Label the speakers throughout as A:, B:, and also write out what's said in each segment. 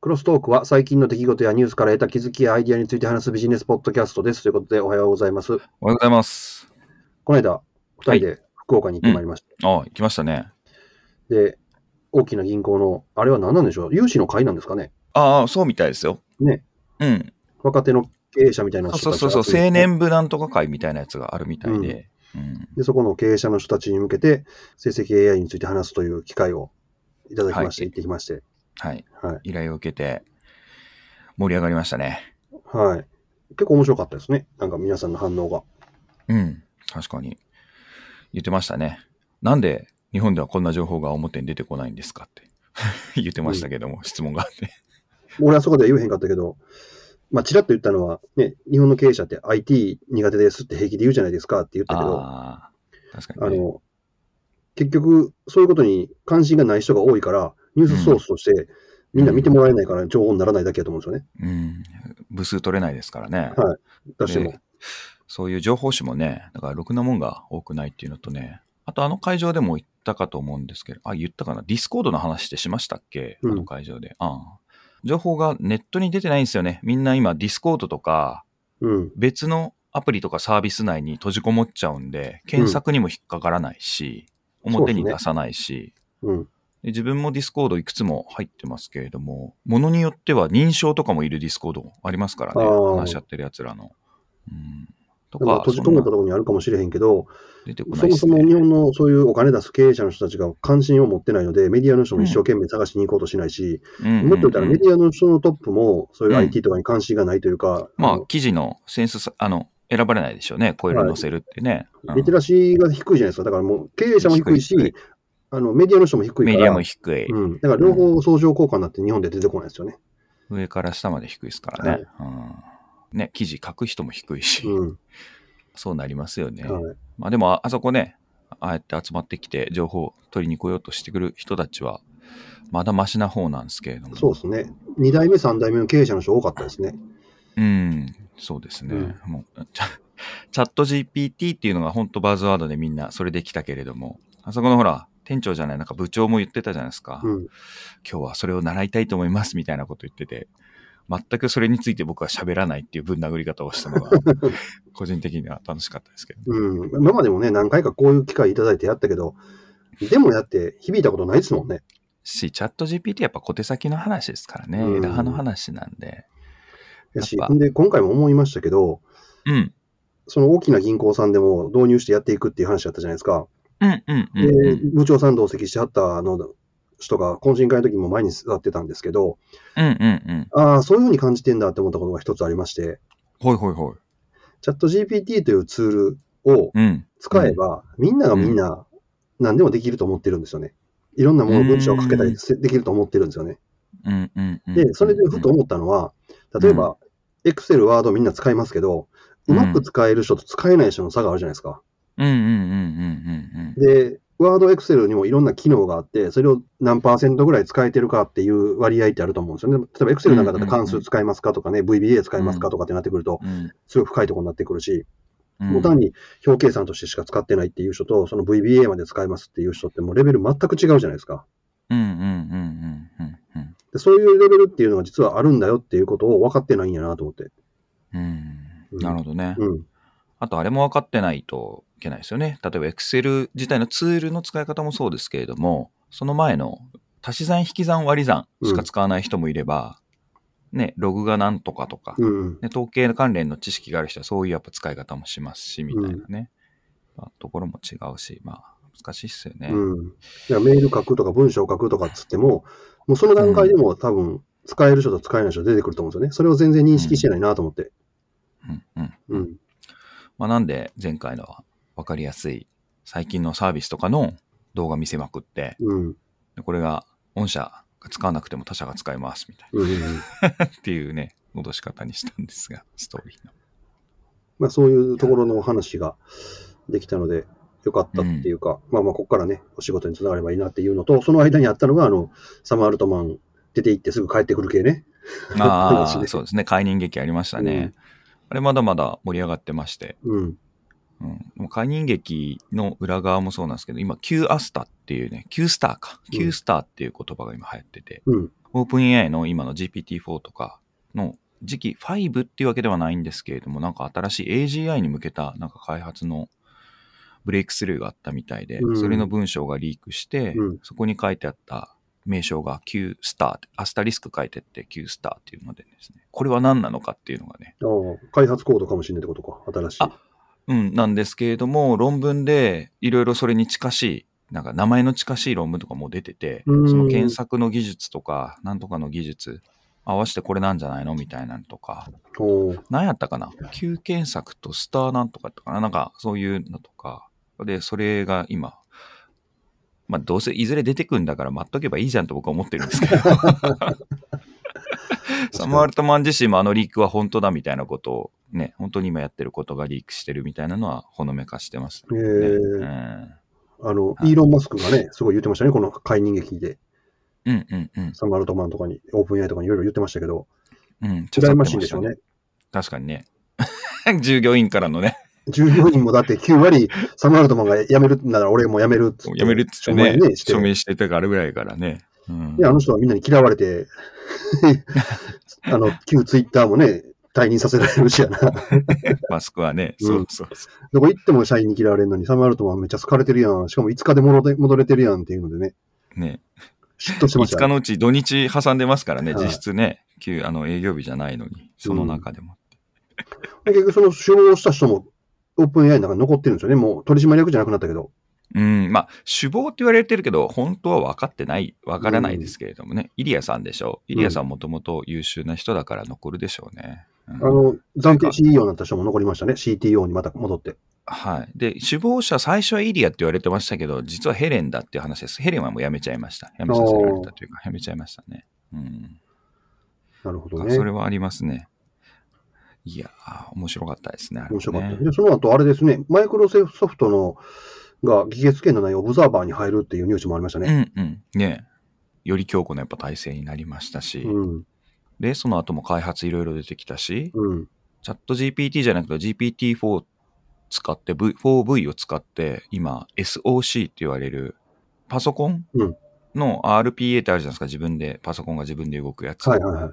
A: クロストークは最近の出来事やニュースから得た気づきやアイディアについて話すビジネスポッドキャストです。ということで、おはようございます。
B: おはようございます。
A: この間、二人で福岡に行ってまいりました。
B: ああ、行きましたね。
A: で、大きな銀行の、あれは何なんでしょう融資の会なんですかね
B: ああ、そうみたいですよ。
A: ね。
B: うん。
A: 若手の経営者みたいな人たち
B: そ
A: が
B: うそうそうそう、青年部なんとか会みたいなやつがあるみたいで。うん。
A: で、そこの経営者の人たちに向けて、成績 AI について話すという機会をいただきまして、
B: はい
A: 行ってきまして。
B: はい。
A: はい。
B: 依頼を受けて、盛り上がりましたね。
A: はい。結構面白かったですね。なんか皆さんの反応が。
B: うん。確かに。言ってましたね。なんで日本ではこんな情報が表に出てこないんですかって言って ましたけども、質問があって。
A: 俺はそこでは言えへんかったけど、まあ、ちらっと言ったのは、ね、日本の経営者って IT 苦手ですって平気で言うじゃないですかって言ったけど、あ
B: ああ、 確かに、ね。
A: の、結局、そういうことに関心がない人が多いから、ニュースソースとして、みんな見てもらえないから情報にならないだけだと思うんですよね。
B: うん。部数取れないですからね。
A: はい出しても
B: で。そういう情報誌もね、だからろくなもんが多くないっていうのとね、あとあの会場でも言ったかと思うんですけど、あ、言ったかな、ディスコードの話ってしましたっけ、
A: うん
B: あの会場で。ああ情報がネットに出てないんですよね。みんな今、ディスコードとか、
A: うん。
B: 別のアプリとかサービス内に閉じこもっちゃうんで、検索にも引っかからないし、
A: ん
B: 表に
A: そうですね
B: 出さないし、
A: うん。
B: で自分もディスコードいくつも入ってますけれども、ものによっては認証とかもいるディスコードもありますからね、
A: あー
B: 話し合ってるやつらの。うん、と
A: でも
B: か、
A: 閉じ込めた
B: そ
A: とこ
B: んな
A: ろにあるかもしれへんけど、
B: 出てこな
A: そ
B: いで
A: も
B: す
A: そ
B: ね
A: も日本のそういうお金出す経営者の人たちが関心を持ってないので、メディアの人も一生懸命探しに行こうとしないし、
B: うん
A: もっと言ったらメ
B: うん
A: ディアの人のトップも、そういう
B: うん
A: IT とかに関心がないというか、
B: まあ、記事のセンスさ、あの、選ばれないでしょうね。こういうの載せるってね。うん
A: リテラシーが低いじゃないですか。だからもう経営者も低いし、
B: 低い低
A: あのメディアの人も低いから。
B: メディアも低い。
A: うん。だから両方相乗効果になって日本で出てこないですよね。
B: 上から下まで低いですからね。うんね、記事書く人も低いし、
A: うん。
B: そうなりますよね。
A: はい。
B: まあでもあ、あそこね、ああやって集まってきて、情報を取りに来ようとしてくる人たちは、まだマシな方なんですけれども。
A: そうですね。2代目、3代目の経営者の人多かったですね。
B: うん、そうですね。
A: う
B: もうチャチャット GPT っていうのが本当バズワードでみんなそれで来たけれども、あそこのほら、店長じゃない、なんか部長も言ってたじゃないですか。
A: うん。
B: 今日はそれを習いたいと思いますみたいなこと言ってて、全くそれについて僕は喋らないっていうぶん殴り方をした のが、個人的には楽しかったですけど。
A: うん。今までもね、何回かこういう機会いただいてやったけど、でもやって響いたことないですもんね。
B: し、チャット GPT やっぱ小手先の話ですからね、
A: うん
B: 枝葉の話なんで。
A: やし
B: やっ、ぱ
A: んで、今回も思いましたけど、
B: うん。
A: その大きな銀行さんでも導入してやっていくっていう話だったじゃないですか。
B: うんうんうんう
A: で
B: ん。、
A: 部長さん同席してはったあの人が懇親会の時も前に座ってたんですけど、
B: うんうんうん。
A: ああ、そういうふうに感じてんだって思ったことが一つありまして、
B: ほいほいほい。
A: チャット GPT というツールを
B: うん。
A: 使えば、みんながみんな何でもできると思ってるんですよね。いろんなも
B: う
A: の、
B: ん
A: 文章を書けたりせできると思ってるんですよね。
B: うんうんうん。
A: で、それでふと思ったのは、例えば、Excel、Word みんな使いますけど、う
B: うん
A: まく使える人と使えない人の差があるじゃないですか。
B: うんうんうんうんうんうん。
A: で、Word、Excel にもいろんな機能があって、それを何パーセントぐらい使えてるかっていう割合ってあると思うんですよね。例えば Excel なんかだったら関数使いますかとかね、VBA 使いますかとかってなってくると、
B: うん
A: すごい深いところになってくるし、
B: うん
A: もう単に表計算としてしか使ってないっていう人と、その VBA まで使いますっていう人ってもうレベル全く違うじゃないですか。
B: うんうんうんうんうん
A: でそういうレベルっていうのが実はあるんだよっていうことを分かってないんやなと思って。
B: うん。うん。なるほどね。
A: うん。
B: あと、あれも分かってないといけないですよね。例えば、Excel 自体のツールの使い方もそうですけれども、その前の足し算、引き算、割り算しか使わない人もいれば、ね、ログがなんとかとか、
A: うんうん。
B: ね、統計関連の知識がある人はそういうやっぱ使い方もしますし、みたいなね、まあところも違うし、まあ、難しいっすよね。
A: うん。だからメール書くとか文章書くとかっつっても、もうその段階でも多分使える人と使えない人出てくると思うんですよね。それを全然認識してないなと思って。
B: うんうん
A: うん。
B: まあ、なんで、前回のは分かりやすい、最近のサービスとかの動画見せまくって、
A: うん。
B: でこれが、御社が使わなくても他社が使えます、みたいな。
A: うんうん。
B: っていうね、戻し方にしたんですが、ストーリーの。
A: まあそういうところのお話ができたので、よかったっていうか、まあまあ、ここからね、お仕事につながればいいなっていうのと、その間にあったのが、あの、サム・アルトマン、出て行ってすぐ帰ってくる系ね。
B: あ
A: そうですね
B: あ、そうですね。解任劇ありましたね。
A: うん
B: あれまだまだ盛り上がってまして。
A: うん。
B: うん、でも解任劇の裏側もそうなんですけど、今、Q アスタっていうね、Q スターか。
A: うん
B: Q スターっていう言葉が今流行ってて、
A: うん
B: OpenAI の今の GPT-4 とかの次期5っていうわけではないんですけれども、なんか新しい AGI に向けたなんか開発のブレイクスルーがあったみたいで、
A: うん
B: それの文章がリークして、
A: うん
B: そこに書いてあった名称が Q スターって、アスタリスク書いてって Q スターっていうのでですね、これは何なのかっていうのがね、
A: ああ開発コードかもしれないってことか、新しい。
B: あうん、なんですけれども、論文でいろいろそれに近しい、なんか名前の近しい論文とかも出てて、そ
A: うん
B: の検索の技術とか、なんとかの技術、合わせてこれなんじゃないのみたいなのとか、
A: おう
B: 何やったかな ?Q 検索とスターなんとかやったかななんかそういうのとか。で、それが今、まあどうせいずれ出てくんだから待っとけばいいじゃんと僕は思ってるんで すけど。サム・アルトマン自身もあのリークは本当だみたいなことをね、本当に今やってることがリークしてるみたいなのはほのめかしてます、
A: え
B: ね。う
A: ー
B: ん
A: あの、
B: い
A: イーロン・マスクがね、すごい言ってましたね、この解任劇で。
B: うんうんうん。
A: サム・アルトマンとかに、オープン AI とかにいろいろ言ってましたけど、
B: うん、ちょっと
A: 羨ましいんでしょうね。
B: 確かにね。 従業員からのね、
A: 従業員もだって9割、サム・アルトマンが辞めるなら俺も辞めるっつって。
B: 辞めるっつって
A: 署名
B: ね、
A: して
B: 署名してたからぐらいからね。うん
A: で、あの人はみんなに嫌われ て、あの、旧ツイッターもね、退任させられるしや な。ど
B: マスクはね、
A: うん
B: そうそうそ
A: こ行っても社員に嫌われるのに、サム・アルトマンめっちゃ好かれてるやん。しかも5日で戻れ戻れてるやんっていうのでね、
B: う。ね、
A: 嫉妬してまし
B: 5
A: たね。
B: 日のうち土日挟んでますからね、
A: はい
B: 実質ね、休あの営業日じゃないのに、その中でも。
A: で結局その首謀した人も、オープン AI の中に残ってるんですよね。もう取締役じゃなくなったけど。
B: うん、まあ、首謀って言われてるけど、本当は分かってない、分からないですけれどもね、イリアさんでしょう。イリアさんもともと優秀な人だから残るでしょうね。うん
A: あの、暫定 CEO になった人も残りましたね。CTO にまた戻って。
B: はい。で、首謀者、最初はイリアって言われてましたけど、実はヘレンだっていう話です。ヘレンはもう辞めちゃいました。辞めさせられたというか、辞めちゃいましたね。うん。
A: なるほど
B: そ
A: ね。
B: れはありますね。いやー、面白かったですね。あれはね
A: 面白かった。で、その後あれですね、マイクロソフトの、が議決権のないオブザーバーに入るっていうニュースもありましたね。
B: うんうん。ねより強固なやっぱ体制になりましたし、
A: うん。
B: で、その後も開発いろいろ出てきたし、
A: うん。
B: チャット GPT じゃなくて GPT-4 使って、v、4V を使って、今 SOC って言われるパソコン
A: うん
B: の RPA ってあるじゃないですか、自分で、パソコンが自分で動くやつ。
A: はいはいはい。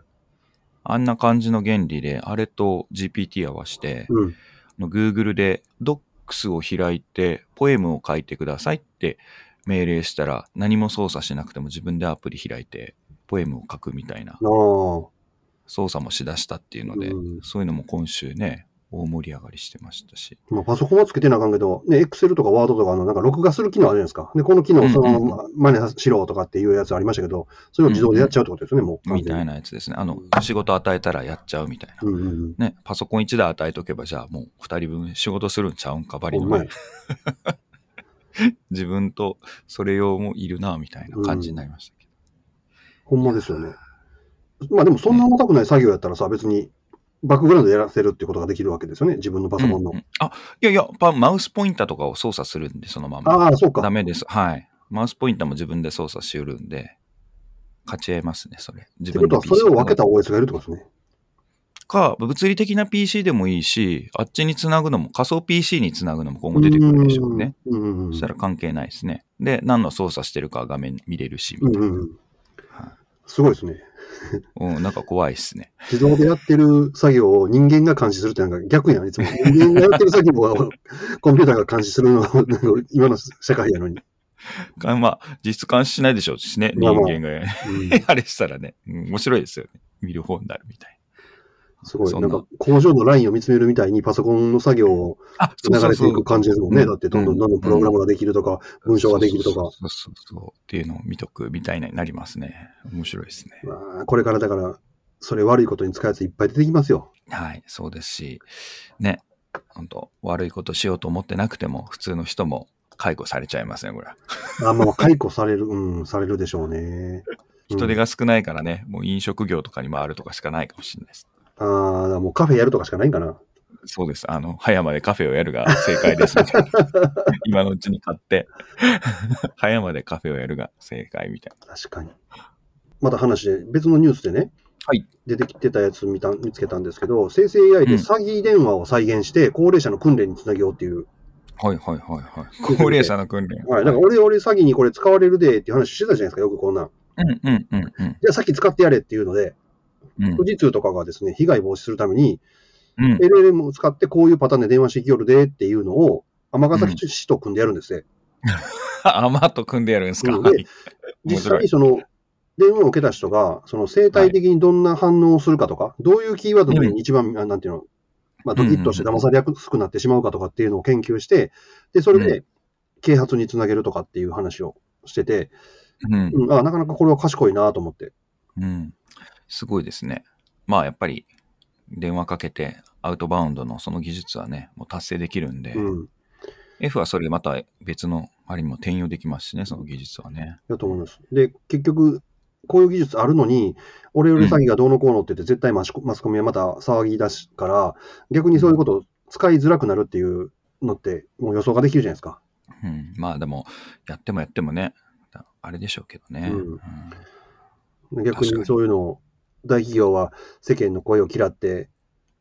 B: あんな感じの原理で、あれと GPT 合わせて、
A: うん。
B: の Google で Docs を開いて、ポエムを書いてくださいって命令したら、何も操作しなくても自分でアプリ開いて、ポエムを書くみたいな
A: ああ。
B: 操作もしだしたっていうので、
A: うん
B: そういうのも今週ね、大盛り上がりしてましたし。
A: まあ、パソコンはつけてなあかんけど、ね、Excel とか Word とかあの、なんか録画する機能あるじゃないですか。で、この機能をそのまま真似しろとかっていうやつありましたけど、それを自動でやっちゃうってことですね、もう。
B: みたい。なやつですね。あの、仕事与えたらやっちゃうみたいな。
A: うんうんうん。
B: ね、パソコン1台与えとけば、じゃあもう2人分仕事するんちゃうんかばり
A: ほん
B: の
A: ま
B: ね
A: や。
B: 自分とそれ用もいるな、みたいな感じになりましたけど。
A: ほんまですよね。まあでも、そんな重たくない作業やったらさ、別に、バックグラウンドでやらせるってことができるわけですよね、自分のパソコンの
B: うんう。んあ、いやいや、パマウスポインターとかを操作するんで、そのまま。
A: ああ、そうか
B: ダ。メです。はい。マウスポインターも自分で操作しうるんで、勝ち合いますね、それ。自
A: ってことは、それを分けた OS がいるってことですね。
B: か、物理的な PC でもいいし、あっちにつなぐのも、仮想 PC につなぐのも今後出てくるでしょうね。
A: うんうんうん。
B: そしたら関係ないですね。で、何の操作してるかは画面見れるし、
A: う
B: み
A: ん
B: たい
A: うん
B: な。
A: うん
B: は
A: すごいですね。
B: いうん、なんか怖いっすね。
A: 自動でやってる作業を人間が監視するってなんか逆やん、い つも。人間がやってる作業を コンピューターが監視するのは、なんか今の世界やのに。
B: かまあ、実質監視しないでしょうしね、
A: ま
B: 人
A: あまあ
B: 間が。
A: うん
B: あれしたらね、うん面白いですよね。見る方になるみたいな。
A: すごい。
B: そ
A: なん
B: なん
A: か工場のラインを見つめるみたいにパソコンの作業を
B: あ、
A: 流れていく感じですもんね。
B: うん
A: だってどんどんどんどんプログラムができるとか、文章ができるとか。
B: そうそうそうそう。っていうのを見とくみたいになりますね。面白いですね。
A: まあこれからだから、それ悪いことに使うやついっぱい出てきますよ。
B: はい、そうですし、ね、本当悪いことしようと思ってなくても、普通の人も解雇されちゃいますね、これは。
A: あまあ、解雇される、うん、されるでしょうね。うん
B: 人手が少ないからね、もう飲食業とかに回るとかしかないかもしれないです。
A: ああ、だからもうカフェやるとかしかないんかな。
B: そうです。あの、葉山でカフェをやるが正解です。 みたいな今のうちに買って、葉山でカフェをやるが正解みたいな。
A: 確かに。また話で、別のニュースでね、
B: はい
A: 出てきてたやつ見た見つけたんですけど、生成 AI で詐欺電話を再現して、高齢者の訓練につなげようっていう、
B: はいはいはいはい。高齢者の訓練。
A: はい、なんか俺、俺、詐欺にこれ使われるでっていう話してたじゃないですか、よくこんなん。
B: うんうんうんうん
A: じゃあさっき使ってやれっていうので、
B: うん
A: 富士通とかがですね、被害防止するために、
B: うん。
A: LLM を使ってこういうパターンで電話してきよるでっていうのを、尼崎市と組んでやるんですね。
B: アマート組んでやるんですか。
A: うん
B: はい面
A: 実際
B: 白
A: に
B: い。
A: その、電話を受けた人が、その生態的にどんな反応をするかとか、どういうキーワードの時に一番、あなんていうの、まあ、ドキッとして騙されやすくなってしまうかとかっていうのを研究して、で、それで啓発につなげるとかっていう話をしてて、
B: うん。
A: うん、あなかなかこれは賢いなと思って。
B: うん。すごいですね。まあやっぱり電話かけてアウトバウンドのその技術はね、もう達成できるんで、
A: うん。
B: F はそれまた別のあれにも転用できますしね、その技術はね。
A: だと思います。で、結局、こういう技術あるのに、俺より詐欺がどうのこうのって言って、絶対マスコマスコミはまた騒ぎ出すから、逆にそういうことを使いづらくなるっていうのって、もう予想ができるじゃないですか。
B: うん。まあでも、やってもやってもね、あれでしょうけどね。
A: うん
B: うん
A: 逆
B: 確か
A: に
B: に
A: そういうのを、大企業は世間の声を嫌って、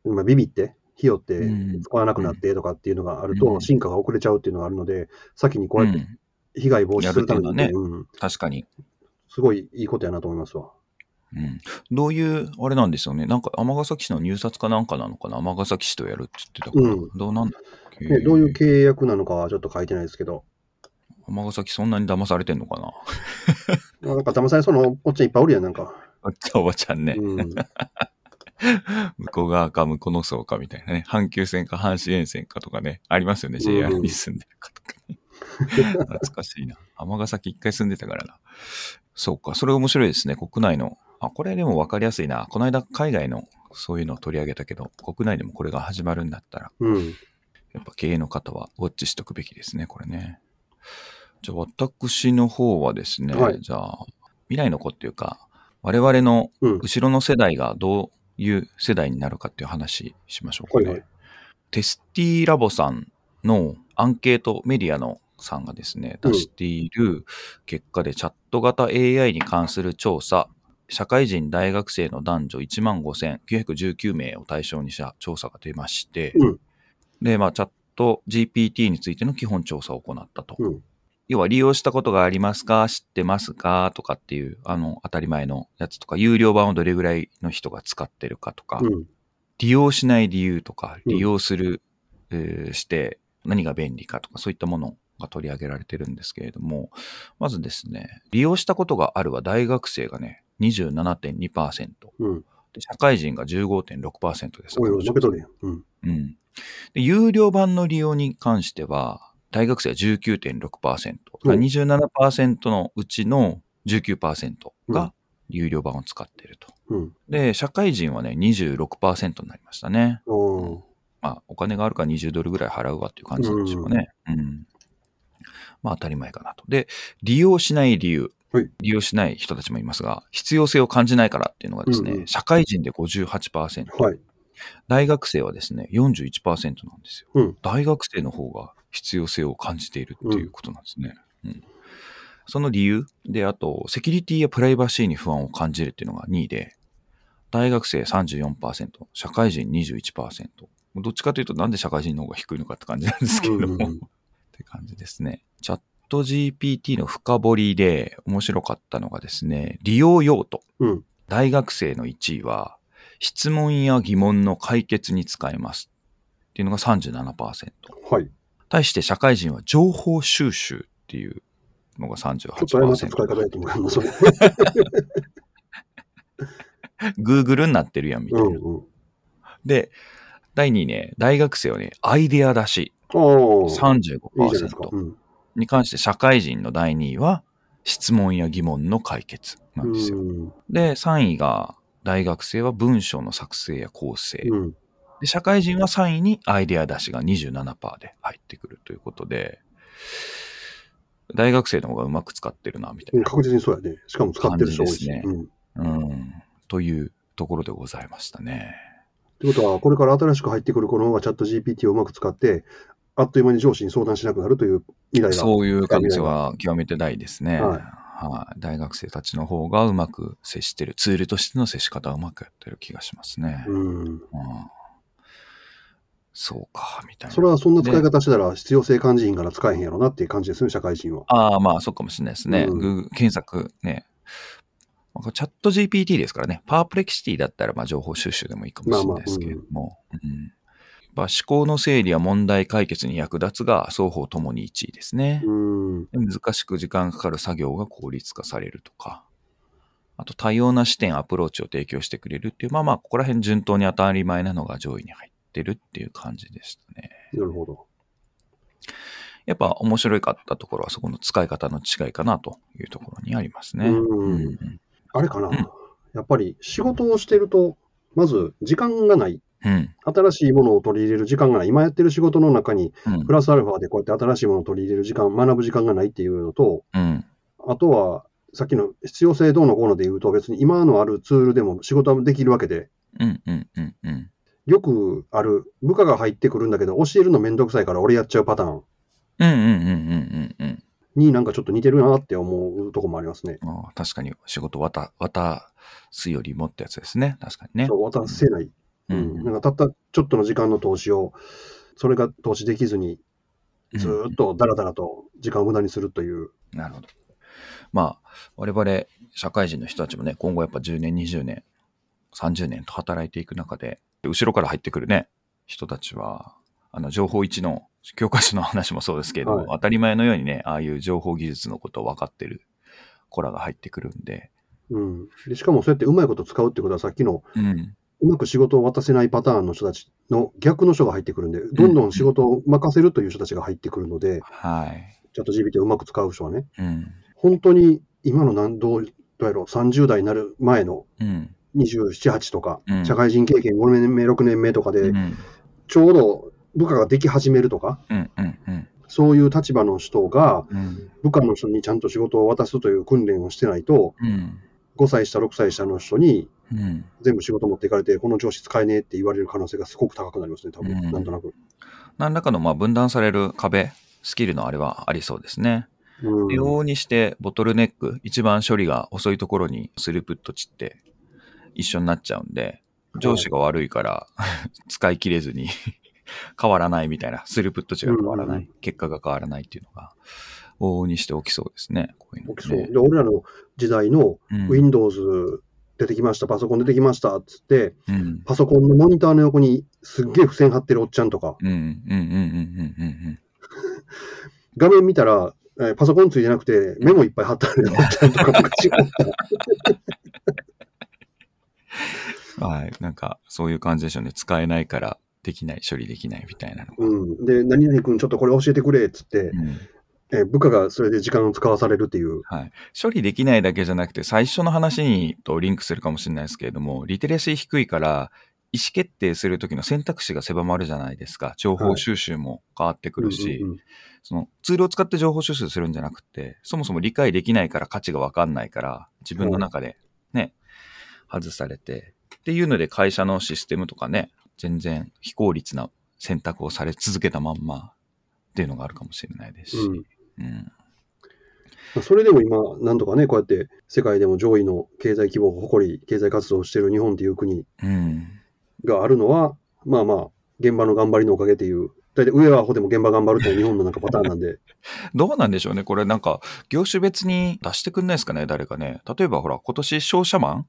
A: まあ、ビビって、費用って
B: うん
A: 使わなくなってとかっていうのがあると、
B: うん
A: 進化が遅れちゃうっていうのがあるので、先にこうやっ
B: う
A: て
B: ん
A: 被害防止するために、
B: やるって
A: うん、
B: 確かに。
A: すごいいいことやなと思いますわ。
B: うん、どういう、あれなんですよね。なんか、尼崎市の入札かなんかなのかな尼崎市とやるって言ってたから。
A: うん
B: どうなんだっけ
A: ねどういう契約なのかはちょっと書いてないですけど、
B: 尼崎そんなに騙されてんのかな
A: なんか騙されそうなおっちゃんいっぱいおるやん、なん か。
B: あっちゃおばちゃんね。
A: うん、
B: 向こう側か向こうの層かみたいなね。阪急線か阪神沿線かとかね。ありますよね。JR に住んでるかとかね。 懐かしいな。尼崎一回住んでたからな。そうか。それ面白いですね。国内の。あ、これでも分かりやすいな。この間海外のそういうのを取り上げたけど、国内でもこれが始まるんだったら、
A: うん、
B: やっぱ経営の方はウォッチしとくべきですね。これね。じゃあ私の方はですね、
A: はい
B: じゃあ未来の子っていうか、我々の
A: うん。
B: 後ろの世代がどういう世代になるかっていう話しましょうかね。
A: はいはい
B: テスティラボさんのアンケートメディアのさんがですね、
A: うん
B: 出している結果でチャット型 AI に関する調査、社会人大学生の男女1万5919名を対象にした調査が出まして、
A: うん
B: で、まあ、チャット GPT についての基本調査を行ったと。
A: うん
B: 要は利用したことがありますか知ってますかとかっていう、あの、当たり前のやつとか、有料版をどれぐらいの人が使ってるかとか、
A: うん。
B: 利用しない理由とか、
A: うん
B: 利用する、えーして何が便利かとか、そういったものが取り上げられてるんですけれども、まずですね、利用したことがあるは大学生がね、27.2%、
A: うん。
B: で社会人が15.6%です。
A: おいおい、負けとるやん。うん。
B: うん。で、有料版の利用に関しては、大学生は19.6%、
A: うん
B: 27%のうちの19%
A: うん
B: が有料版を使っていると。
A: うん。
B: で、社会人はね、26%になりましたね。
A: おー
B: まあ、お金があるから20ドルぐらい払うわっていう感じなんでしょうかね。うん。まあ、当たり前かなと。で、利用しない理由。
A: はい
B: 利用しない人たちもいますが、必要性を感じないからっていうのがですね、
A: うんうん
B: 社会人で58%、
A: はい。
B: 大学生はですね、41%なんですよ。
A: うん
B: 大学生の方が必要性を感じているっていうことなんですね。うんその理由で、あと、セキュリティやプライバシーに不安を感じるっていうのが2位で、大学生34%、社会人21%。どっちかというと、なんで社会人の方が低いのかって感じなんですけれども、
A: うんうん
B: って感じですね。チャット GPT の深掘りで面白かったのがですね、利用用途。
A: うん。
B: 大学生の1位は、質問や疑問の解決に使えます。っていうのが37%。
A: はい。ち
B: 対して社会人は情報収集っていうのが38%。
A: ょっと誤った使い方やと思います。 それ
B: Google になってるやん、みた
A: う
B: いな。
A: んうん。
B: で、第2位ね、大学生はね、アイデア出し
A: おお。いいじゃないですか。
B: 35%
A: うん。
B: に関して社会人の第2位は、質問や疑問の解決な
A: うん
B: ですよ。
A: ん。
B: で、3位が、大学生は文章の作成や構成。
A: うん。
B: で、社会人は3位にアイデア出しが27%で入ってくるということで、大学生の方がうまく使ってるな、みた
A: う
B: い
A: ん確実にそうやね。しかも使ってる人多いし。
B: 感じですね
A: うん。っ
B: な。うん。というところでございましたね。
A: てことは、これから新しく入ってくる子の方がチャット GPT をうまく使って、あっという間に上司に相談しなくなるという未来が。
B: そういう可能性は極めて大ですね。
A: は
B: はいい、大学生たちの方がうまく接してる、ツールとしての接し方をうまくやってる気がしますね。うん
A: うん。
B: そうか、みたいな。
A: それはそんな使い方してたら必要性感じひんから使えへんやろなっていう感じですね、社会人は。
B: ああ、まあ、そうかもしれないですね。
A: うん
B: Google 検索ね。まあ、チャット GPT ですからね、パープレキシティだったらまあ情報収集でもいいかもしれないですけれども、うんまあ、思考の整理や問題解決に役立つが双方ともに1位ですね。
A: うん。
B: で難しく時間かかる作業が効率化されるとか、あと多様な視点、アプローチを提供してくれるっていう、まあまあ、ここら辺順当に当たり前なのが上位に入ってるっていう感じでしたね。
A: なるほど。
B: やっぱ面白かったところはそこの使い方の違いかなというところにありますね。
A: うん
B: うん
A: あれかな、
B: うん
A: やっぱり仕事をしてると、まず時間がない。
B: うん
A: 新しいものを取り入れる時間がない。今やってる仕事の中に、
B: うん
A: プラスアルファでこうやって新しいものを取り入れる時間、学ぶ時間がないっていうのと、
B: うん
A: あとは、さっきの必要性どうのこうので言うと、別に今のあるツールでも仕事はできるわけで、
B: うんうんうんうん
A: よくある、部下が入ってくるんだけど、教えるのめんどくさいから俺やっちゃうパターン
B: うんうんうんうんうんうん
A: になんかちょっと似てるなって思うとこもありますね。
B: ああ確かに仕事渡渡すよりもってやつですね。確かにね。
A: そう渡せない。
B: う
A: うんん。なんかたったちょっとの時間の投資を、それが投資できずに、ずーっとダラダラと時間を無駄にするという。
B: なるほど。まあ、我々社会人の人たちもね、今後やっぱ10年、20年、30年と働いていく中で、後ろから入ってくるね、人たちは、あの、情報一の教科書の話もそうですけれども、
A: はい
B: 当たり前のようにね、ああいう情報技術のことを分かってる子らが入ってくるんで、
A: うん。で、しかもそうやってうまいこと使うってことは、さっきの
B: うん、
A: うまく仕事を渡せないパターンの人たちの逆の人が入ってくるんで、どんどん仕事を任せるという人たちが入ってくるので、
B: はい。
A: チャット GPT をうまく使う人はね、
B: うん、
A: 本当に今の何どうどうやろう、30代になる前の
B: うん、
A: 27、8とか、
B: うん
A: 社会人経験5年目、6年目とか
B: う
A: で、
B: ん、
A: ちょうど部下ができ始めるとか、
B: うん、うん、うん、
A: そういう立場の人が、
B: うん、
A: 部下の人にちゃんと仕事を渡すという訓練をしてないと、
B: うん、
A: 5歳下、6歳下の人に、
B: うん。
A: 全部仕事持っていかれて、この上司使えねえって言われる可能性がすごく高くなりますね、多分、
B: うん
A: なんとなく。
B: 何らかのまあ分断される壁、スキルのあれはありそうですね。
A: うん
B: 往々にしてボトルネック、一番処理が遅いところにスループット散って一緒になっちゃうんで、上司が悪いから、 使い切れずに 変わらないみたいな、スループット値が変わらない、
A: うんう
B: 結果が変わらないっていうのが、往々にして起きそうですね。こういうの、ね。
A: 起きそう。で、俺らの時代の
B: うん
A: Windows 出てきました、パソコン出てきましたっつって、
B: うん
A: パソコンのモニターの横にすっげえ付箋貼ってるおっちゃんとか、
B: うんうんうんうんうんうん
A: 画面見たら、えーパソコンついてなくて、メモいっぱい貼ってあるおっちゃんとか 昔おった
B: うん。はい。なんか、そういう感じでしょうね。使えないから、できない、処理できないみたいなのが。
A: うん。で、何々君、ちょっとこれ教えてくれっつって、
B: うん
A: えー部下がそれで時間を使わされるっていう。
B: はい、処理できないだけじゃなくて最初の話にとリンクするかもしれないですけれどもリテラシー低いから意思決定する時の選択肢が狭まるじゃないですか情報収集も変わってくるし、
A: うんうんうん
B: そのツールを使って情報収集するんじゃなくてそもそも理解できないから価値が分かんないから自分の中でね、外されてっていうので会社のシステムとかね全然非効率な選択をされ続けたまんまっていうのがあるかもしれないですし。
A: うん
B: うん
A: まあそれでも今、なんとかね、こうやって世界でも上位の経済規模を誇り、経済活動をしている日本という国
B: うん
A: があるのは、まあまあ、現場の頑張りのおかげっていう、大体上はアホでも現場頑張るっていうのが日本のなんかパターンなんで、
B: どうなんでしょうね。これなんか、業種別に出してくんないですかね、誰かね。例えばほら、今年商社マン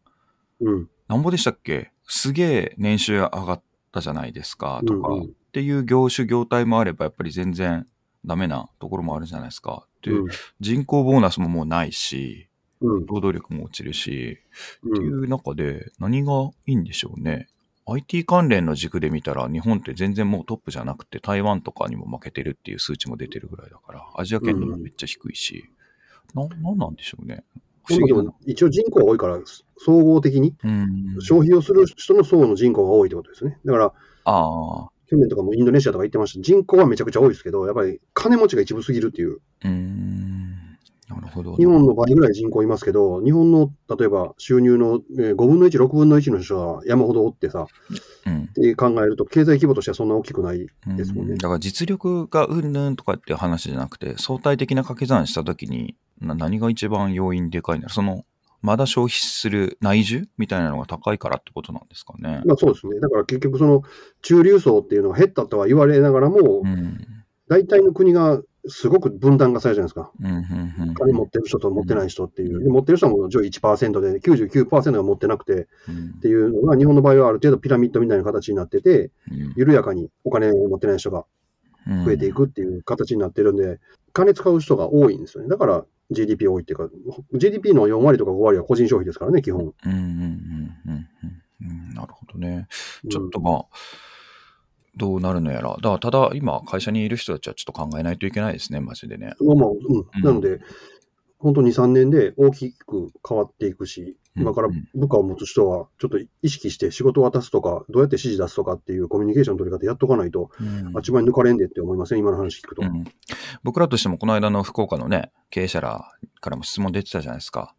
A: うん。
B: なんぼでしたっけすげえ年収上がったじゃないですか、とか、
A: うんうん
B: っていう業種業態もあれば、やっぱり全然ダメなところもあるじゃないですか。ってい
A: う
B: う、
A: ん
B: 人口ボーナスももうないし、
A: うん。
B: 労働力も落ちるし、って
A: う
B: い
A: ん。
B: う中で何がいいんでしょうね。IT 関連の軸で見たら日本って全然もうトップじゃなくて台湾とかにも負けてるっていう数値も出てるぐらいだからアジア圏でもめっちゃ低いし、ななんなんでしょうね。不思
A: で
B: 議だな
A: も。一応人口が多いから、総合的に
B: うん。
A: 消費をする人の層の人口が多いってことですね。だから、
B: ああ。
A: 去年とかもインドネシアとか行ってました。人口はめちゃくちゃ多いですけど、やっぱり金持ちが一部すぎるっていう。
B: うーん。なるほど。
A: 日本の倍ぐらい人口いますけど、日本の例えば収入のえー5分の1、6分の1の人が山ほどおってさ、っ
B: うん
A: て考えると、経済規模としてはそんな大きくない。ですもんね
B: うんだから実力がうんぬんとかっていう話じゃなくて相対的な掛け算した時にな何が一番要因でかいんだろうそのまだ消費する内需みたいなのが高いからってことなんですかね。
A: まあそうですね。だから結局、その中流層っていうのは減ったとは言われながらも、
B: うん
A: 大体の国がすごく分断がされるじゃないですか。
B: うんうんうん
A: 金持ってる人と持ってない人っていう。で持ってる人はもう上位1%で、99%が持ってなくて
B: うん
A: っていうのが、日本の場合はある程度ピラミッドみたいな形になってて、緩やかにお金を持ってない人が
B: うん
A: 増えていくっていう形になってるんで、金使う人が多いんですよね。だから GDP 多いっていうか、GDP の4割とか5割は個人消費ですからね、基本。
B: うんうんうんうんうんうんなるほどね。ちょっとまあ、どうなるのやら。だからただ、今、会社にいる人たちはちょっと考えないといけないですね、マジでね。
A: まあまあ、うん。なので、本当に3年で大きく変わっていくし、
B: うん
A: 今から部下を持つ人は、ちょっと意識して仕事を渡すとか、どうやって指示出すとかっていうコミュニケーションの取り方やっとかないと、
B: うん
A: あっちまに抜かれんでって思いません、今の話聞くと。
B: うん僕らとしてもこの間の福岡のね、経営者らからも質問出てたじゃないですか。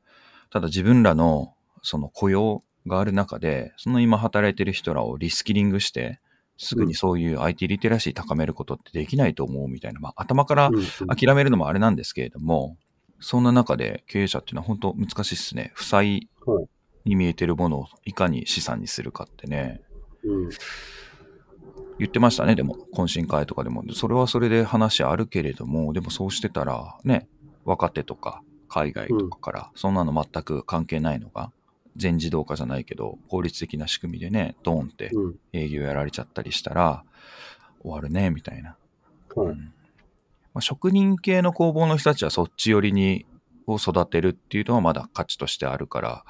B: ただ自分らのその雇用がある中で、その今働いてる人らをリスキリングして、すぐにそういう IT リテラシー高めることってできないと思うみたいな、まあ頭から
A: うんうん
B: 諦めるのもあれなんですけれども、そんな中で経営者っていうのは本当難しいっすね。負債
A: はい
B: に見えてるものをいかに資産にするかってね。
A: うん
B: 言ってましたね、でも、懇親会とかでも。それはそれで話あるけれども、でもそうしてたら、ね、若手とか海外とかから、そんなの全く関係ないのが、全自動化じゃないけど、効率的な仕組みでね、ドーンって
A: うん
B: 営業やられちゃったりしたら、終わるね、みたいな。
A: は
B: う
A: い
B: んまあ、職人系の工房の人たちはそっち寄りにを育てるっていうのはまだ価値としてあるから、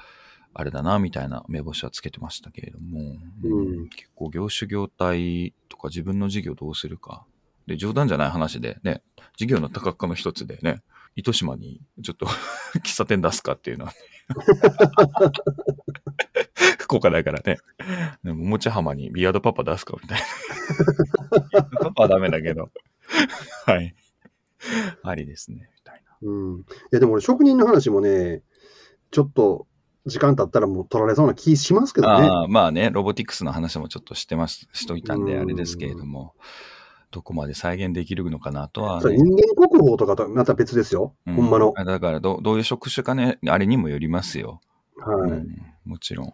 B: あれだな、みたいな目星はつけてましたけれども、
A: うん
B: 結構業種業態とか自分の事業どうするか。で、冗談じゃない話でね、事業の多角化の一つでね、糸島にちょっと 喫茶店出すかっていうのはね、 福岡だからね、でも持浜にビアードパパ出すかみたいな。 パパはダメだけど。はい。ありですね、みたいな。
A: うん。いや、でも俺、職人の話もね、ちょっと時間経ったらもう取られそうな気しますけどね。
B: ああまあね、ロボティクスの話もちょっとしてます、しといたんで、
A: うん
B: あれですけれども、どこまで再現できるのかなとは
A: そ
B: ね、
A: れ人間国宝とかとはまた別ですよ。
B: うん
A: ほんまの。
B: だからど、どういう職種かね、あれにもよりますよ。
A: は
B: うんもちろん。
A: い。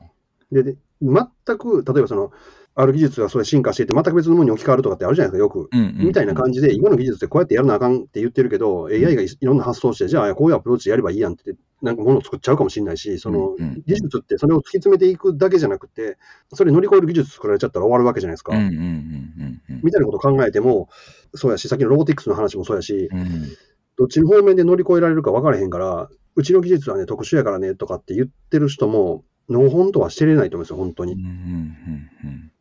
A: で、で全く、例えばその、ある技術がそれ進化していって、全く別のものに置き換わるとかってあるじゃないですか、よく。
B: うんうん
A: みたいな感じで、今の技術でこうやってやるなあかんって言ってるけど、AI がいいろんな発想して、じゃあこういうアプローチでやればいいやんって、なんかものを作っちゃうかもしれないし、その
B: うんうん
A: 技術ってそれを突き詰めていくだけじゃなくて、それ乗り越える技術作られちゃったら終わるわけじゃないですか。
B: うんうんうんうん
A: みたいなことを考えても、そうやし、さっきのロボティクスの話もそうやし、
B: うん。うん
A: どっちの方面で乗り越えられるか分からへんから、うちの技術はね、特殊やからねとかって言ってる人も、のほほんとはしてれないと思うんですよ、本当
B: うん
A: に。
B: うんうんうん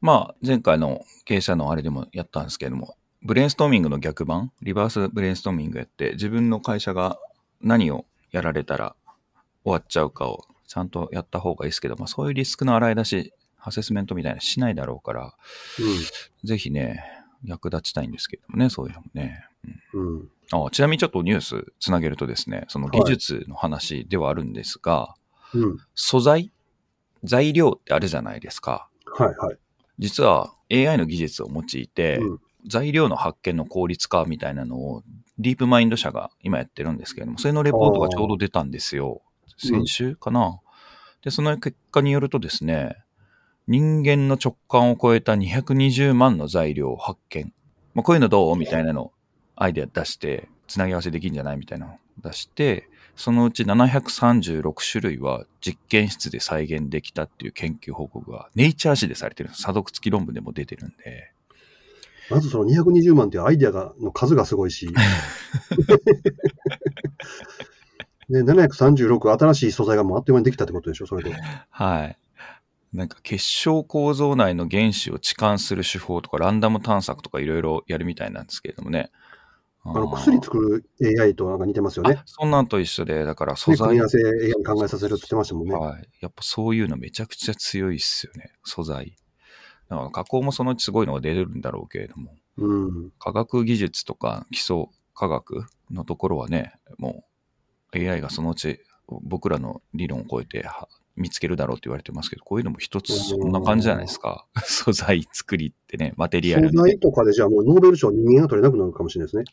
B: まあ、前回の経営者のあれでもやったんですけれども、ブレインストーミングの逆版、リバースブレインストーミングやって、自分の会社が何をやられたら終わっちゃうかをちゃんとやった方がいいですけど、まあ、そういうリスクの洗い出し、アセスメントみたいなのしないだろうから、ぜひね、役立ちたいんですけれどもね、そういうのもね。うん
A: うん。うん。
B: あちなみにちょっとニュースつなげるとですね、その技術の話ではあるんですが、
A: うん。
B: 素材、材料ってあるじゃないですか。
A: はいはい。
B: 実は AI の技術を用いて、
A: うん
B: 材料の発見の効率化みたいなのをディープマインド社が今やってるんですけれども、それのレポートがちょうど出たんですよ。
A: ー
B: 先週かな、で、その結果によるとですね、人間の直感を超えた220万の材料を発見。まあ、こういうのどうみたいなのアイデア出して、つなぎ合わせできんじゃないみたいなの出して、そのうち736種類は実験室で再現できたっていう研究報告がネイチャー誌でされてるんです。査読付き論文でも出てるんで。
A: まずその220万っていうアイデアがの数がすごい し。ね、736新しい素材がもうあっという間にできたってことでしょ、それで。
B: はい。なんか結晶構造内の原子を置換する手法とかランダム探索とかいろいろやるみたいなんですけれどもね。あ
A: あ
B: ー
A: の薬作る AI となんか似てますよね
B: あ。そんなんと一緒で、だから素
A: ね組
B: 材、
A: み合わせ AI に考えさせるって言ってましたもんね。
B: はい。やっぱそういうのめちゃくちゃ強いっすよね、素材。だから加工もそのうちすごいのが出るんだろうけれども、
A: うん。
B: 科学技術とか基礎科学のところはね、もう AI がそのうち僕らの理論を超えては見つけるだろうって言われてますけど、こういうのも一つそんな感じじゃないですか。 素材作りってね、マテリアル
A: 素材とかでじゃあもうノーベル賞人間が取れなくなるかもしれないですね。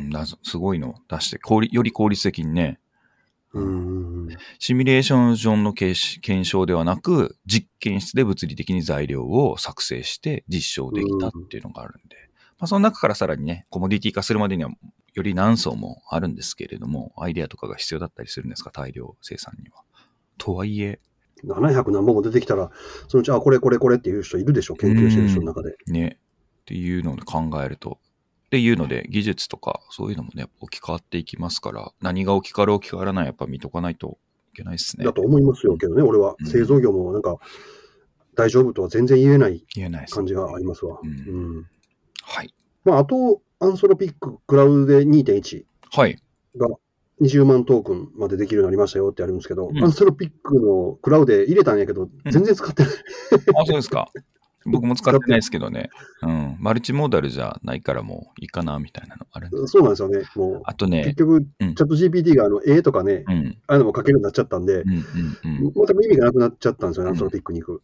B: うん、だすごいの出して、効率より効率的にね、
A: うん。
B: シミュレーション上の検し検証ではなく、実験室で物理的に材料を作成して実証できたっていうのがあるんで、まあ、まあ、その中からさらにね、コモディティ化するまでにはより何層もあるんですけれども、アイデアとかが必要だったりするんですか、大量生産には。とはいえ、
A: 700何本も出てきたら、そのうち、あ、これこれこれっていう人いるでしょ、研究してる人の中で。
B: ね、っていうのを考えると、っていうので、技術とかそういうのもね、置き換わっていきますから、何が置き換わる置き換わらない、やっぱ見とかないといけないですね
A: だ。と思いますよけどね、俺は
B: うん
A: 製造業もなんか、大丈夫とは全然言えない
B: 言えないです
A: 感。じがありますわ。
B: うん
A: うん。
B: はい。
A: まあ、あと、アンソロピッククラウドで2.1。
B: はい。
A: 20万トークンまでできるようになりましたよってあるんですけど、
B: うん
A: アンソロピックのクラウドで入れたんやけど、
B: うん
A: 全然使ってない。
B: あ、そうですか。僕も使ってないですけどね。うん。マルチモーダルじゃないからもういいかな、みたいなのあるんで。
A: そうなんですよね。もう、
B: あと
A: 結
B: ね、
A: 局、チ
B: う
A: ャ
B: ん
A: ット GPT があの A とかね、
B: うん。
A: ああいうのも書けるようになっちゃったんで、
B: うんうんうん、
A: 全く意味がなくなっちゃったんですよね、
B: う
A: ア
B: ん
A: ンソロピックに行く。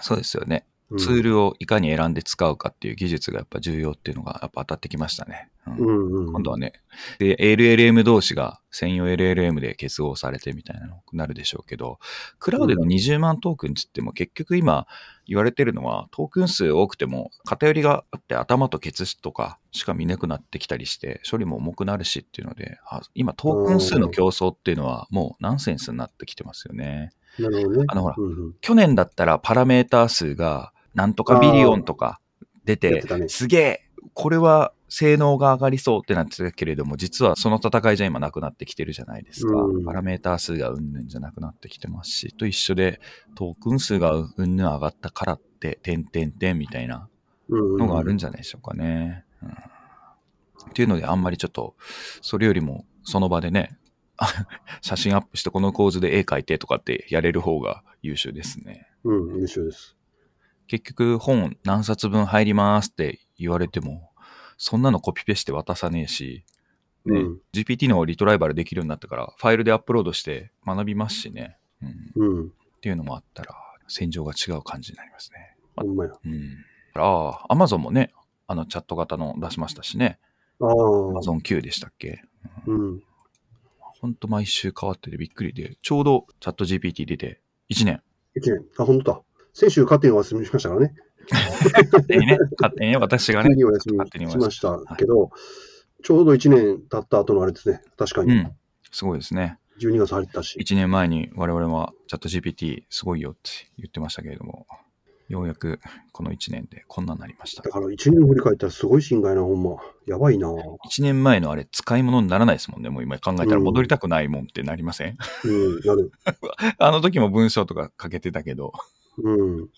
B: そうですよね、
A: うん
B: ツールをいかに選んで使うかっていう技術がやっぱ重要っていうのがやっぱ当たってきましたね。うん
A: うんうん
B: 今度はね、で、LLM 同士が専用 LLM で結合されてみたいなのになるでしょうけど、クラウドの20万トークンつっても結局今言われてるのはトークン数多くても偏りがあって頭とケツとかしか見なくなってきたりして処理も重くなるしっていうので、あ今トークン数の競争っていうのはもうナンセンスになってきてますよね。
A: なるほどね。
B: あのほら
A: うんうん
B: 去年だったらパラメーター数がなんとかビリオンとか出
A: やってて、たね
B: すげえこれは性能が上がりそうってなってたけれども、実はその戦いじゃ今なくなってきてるじゃないですか。
A: うん
B: パラメーター数がうんぬんじゃなくなってきてますし、と一緒でトークン数がうんぬん上がったからって、点点点みたいな
A: うん
B: のがあるんじゃないでしょうかね。うんっていうので、あんまりちょっと、それよりもその場でね、あ写真アップしてこの構図で絵描いてとかってやれる方が優秀ですね。
A: うん、優秀です。
B: 結局本何冊分入りますって言われても、そんなのコピペして渡さねえし、ね
A: うん
B: GPT のリトライバルできるようになったから、ファイルでアップロードして学びますしね、うん、っ
A: うん、
B: ていうのもあったら、戦場が違う感じになりますね。
A: ほんまや。
B: うん。ああ、Amazon もね、あのチャット型の出しましたしね、
A: ああ、
B: Amazon Q でしたっけ
A: うん。
B: ほんと毎週変わっててびっくりで、ちょうどチャット GPT 出て1年。
A: 一年。あ、本当だ。先週勝手にお休みしましたからね。
B: 勝手にね、勝手にね私が
A: 勝手
B: ね。
A: にお休
B: 勝手に
A: み
B: お
A: し
B: 休み
A: ましたけど、ちょうど一年経った後のあれですね。確か
B: う
A: に。
B: ん。すごいですね。
A: 12月入ったし。
B: 1年前に我々はチャット GPT すごいよって言ってましたけれども、ようやくこの1年でこんなになりました
A: だ。から一年振り返ったらすごい心外な、ほんま。やばいな。う
B: 1年前のあれ使い物にならないですもんね。もう今考えたら
A: うん
B: 戻りたくないもんってなりません、
A: ん、なる。
B: あの時も文章とか書けてたけど。
A: うん。こ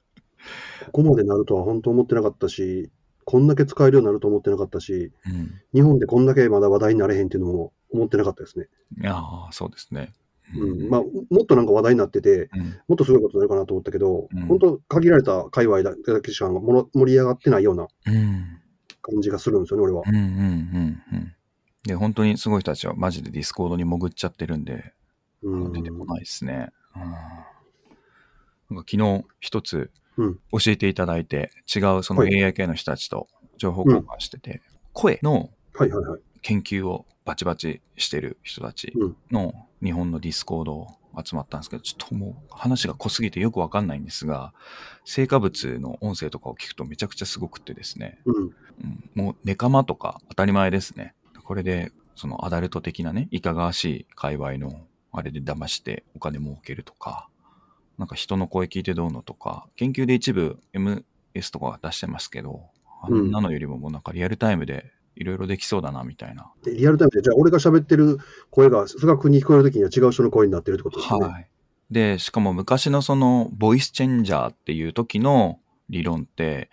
A: こまでなるとは本当思ってなかったし、こんだけ使えるようになると思ってなかったし、
B: うん。
A: 日本でこんだけまだ話題になれへんっていうのも思ってなかったですね。
B: いやーそうですね。
A: うん。まあ、もっとなんか話題になってて、
B: うん
A: もっとすごいことになるかなと思ったけど、
B: うん
A: 本当、限られた界隈だけしかもの盛り上がってないような
B: うん
A: 感じがするんですよね、俺は
B: う。んうんうんうん。で、本当にすごい人たちはマジでディスコードに潜っちゃってるんで、
A: うん。
B: 出てこないですね。うん、なんか昨日一つ
A: うん
B: 教えていただいて、違うその
A: はい
B: AI 系の人たちと情報交換してて、声の
A: はいはいはい。
B: 研究をバチバチしてる人たち
A: うん
B: の日本のディスコード集まったんですけど、ちょっともう話が濃すぎてよくわかんないんですが、成果物の音声とかを聞くとめちゃくちゃすごくってですね、
A: うん。
B: うんもうネカマとか当たり前ですね。これで、そのアダルト的なね、いかがわしい界隈のあれで騙してお金儲けるとか、なんか人の声聞いてどうのとか、研究で一部 MS とかは出してますけど、あ
A: うん
B: んなのよりももうなんかリアルタイムでいろいろできそうだなみたいな。
A: でリアルタイムで、じゃあ、俺が喋ってる声が、菅君に聞こえるときには違う人の声になってるってことですよね。
B: はい。で、しかも昔のそのボイスチェンジャーっていう時の理論って、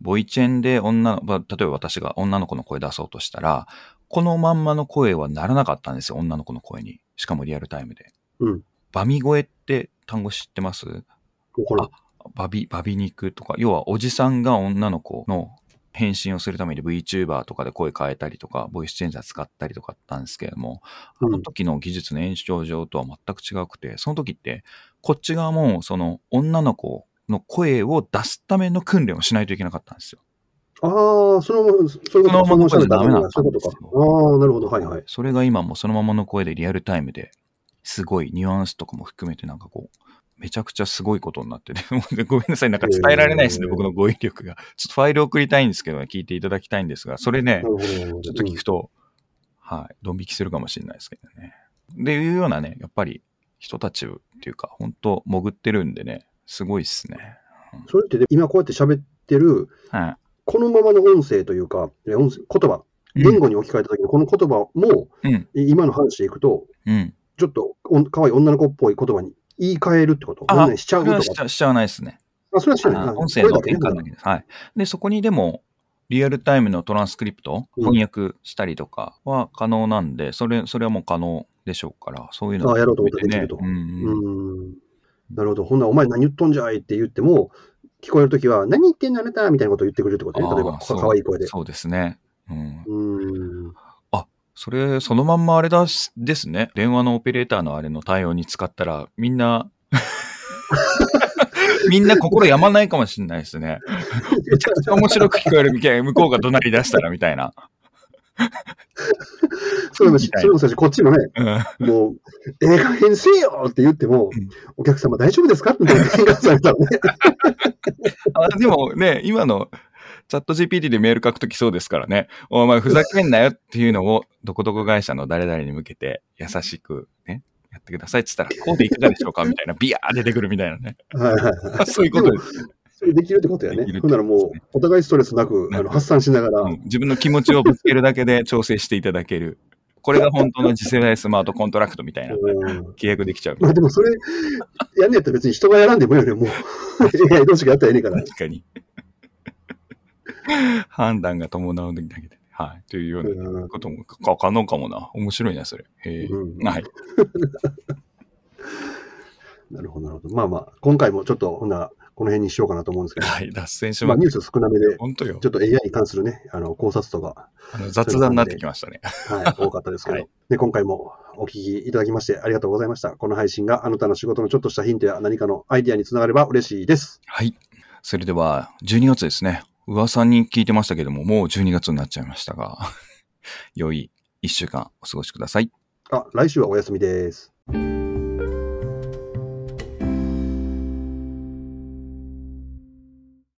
B: ボイチェンで女の、まあ例えば私が女の子の声出そうとしたら、このまんまの声はならなかったんですよ、女の子の声に。しかもリアルタイムで。
A: うん
B: バミ声って単語知ってます
A: わからん
B: バビ、バビ肉とか、要はおじさんが女の子の返信をするために VTuber とかで声変えたりとか、ボイスチェンジャー使ったりとかあったんですけれども、あ
A: うん
B: の時の技術の延長上とは全く違くて、その時って、こっち側もその女の子の声を出すための訓練をしないといけなかったんですよ。
A: ああ、そのまま、それ
B: そのままの声じゃダメなんだ
A: そういうことか。ああ、なるほど。はいはい。
B: それが今もそのままの声でリアルタイムで、すごいニュアンスとかも含めてなんかこう、めちゃくちゃすごいことになってて、 もうごめんなさい、なんか伝えられないです
A: え
B: ね、
A: ー
B: 僕の語彙力が。ちょっとファイル送りたいんですけど、聞いていただきたいんですが、それ
A: な
B: ね
A: る、ほどなるほ
B: ち
A: ど
B: ょっと聞くと、はい、ドン引きするかもしれないですけどね。で、いうようなね、やっぱり人たちっていうか、本当潜ってるんでね、すごいっすね。
A: うんそれってで今こうやって喋ってる、
B: は
A: このままの音声というか、え音声言葉、
B: い。
A: 言語に置き換えた時のこの言葉も、
B: うん
A: い今の話でいくと、
B: うん。
A: ちょっとお可愛い女の子っぽい言葉に言い換えるってこと
B: あ
A: 何々しちゃ
B: そうれ
A: と
B: は
A: か。
B: しちゃしちゃわないですね。
A: あ、それはしない。
B: あ
A: あ
B: 音声の
A: これ
B: 変換だけです。はい。で、そこにでも、リアルタイムのトランスクリプト、
A: うん
B: 翻訳したりとかは可能なんで、それ、それはもう可能でしょうから、そういうの
A: あやろうと思ったら
B: 含め
A: できると
B: てねうんうん
A: うん。なるほど。ほんなら、お前何言っとんじゃいって言っても、聞こえるときは、何言ってんのあなたみたいなことを言ってくれるってことね。
B: あー
A: 例えば、
B: そう
A: かわいい声で。
B: そうですね。うん。
A: うん。
B: それ、そのまんまあれだしですね。電話のオペレーターのあれの対応に使ったら、みんな、みんな心やまないかもしれないですね。めちゃくちゃ面白く聞こえるみたいな、向こうが怒鳴り出したらみたいな。
A: それも、
B: みたいな
A: それもそうだしこっちのね、
B: うん
A: もう、ええ加減せえよって言っても
B: うん、
A: お客様大丈夫ですかみたいな感じされ たらね。
B: あでもね、今のチャット GPT でメール書くときそうですからね、お前ふざけんなよっていうのを、どこどこ会社の誰々に向けて優しくね、やってくださいって言ったら、こうでいかがでしょうかみたいな、ビヤー出てくるみたいなね。
A: はいはいはい。
B: そういうことです、
A: それできるってことや
B: できる
A: ね。
B: って
A: ほ
B: こ
A: ん
B: と
A: なら
B: ですね
A: もう、お互いストレスなく、あの発散しながら、
B: うん自分の気持ちをぶつけるだけで調整していただける。これが本当の次世代スマートコントラクトみたいな。
A: うん
B: 契約できちゃうみた い
A: まあでもそれ、やんねやったら別に人がやらんでもいいよ ね、もう。AI 同士がやったらええねんから
B: な。。確かに。判断が伴うだけで。はい。というような
A: うん
B: こともか可能かもな。面白いな、それ。へえ。
A: うん
B: はい。
A: なるほど、なるほど。まあまあ、今回もちょっと、ほんならこの辺にしようかなと思うんですけど、
B: はい。脱線し
A: ま
B: ま
A: あ、
B: くっ
A: ニュース少なめで、
B: 本当よ
A: ち。ょっと AI に関するね、あの考察とか、
B: あの雑談になってきましたね。
A: はい、 多かったですけど、
B: はい
A: で、今回もお聞きいただきましてありがとうございました。この配信があなたの仕事のちょっとしたヒントや何かのアイディアにつながれば嬉しいです。
B: はい。それでは、12月ですね。噂に聞いてましたけども、もう12月になっちゃいましたが、良い1週間お過ごしください。
A: あ、来週はお休みです。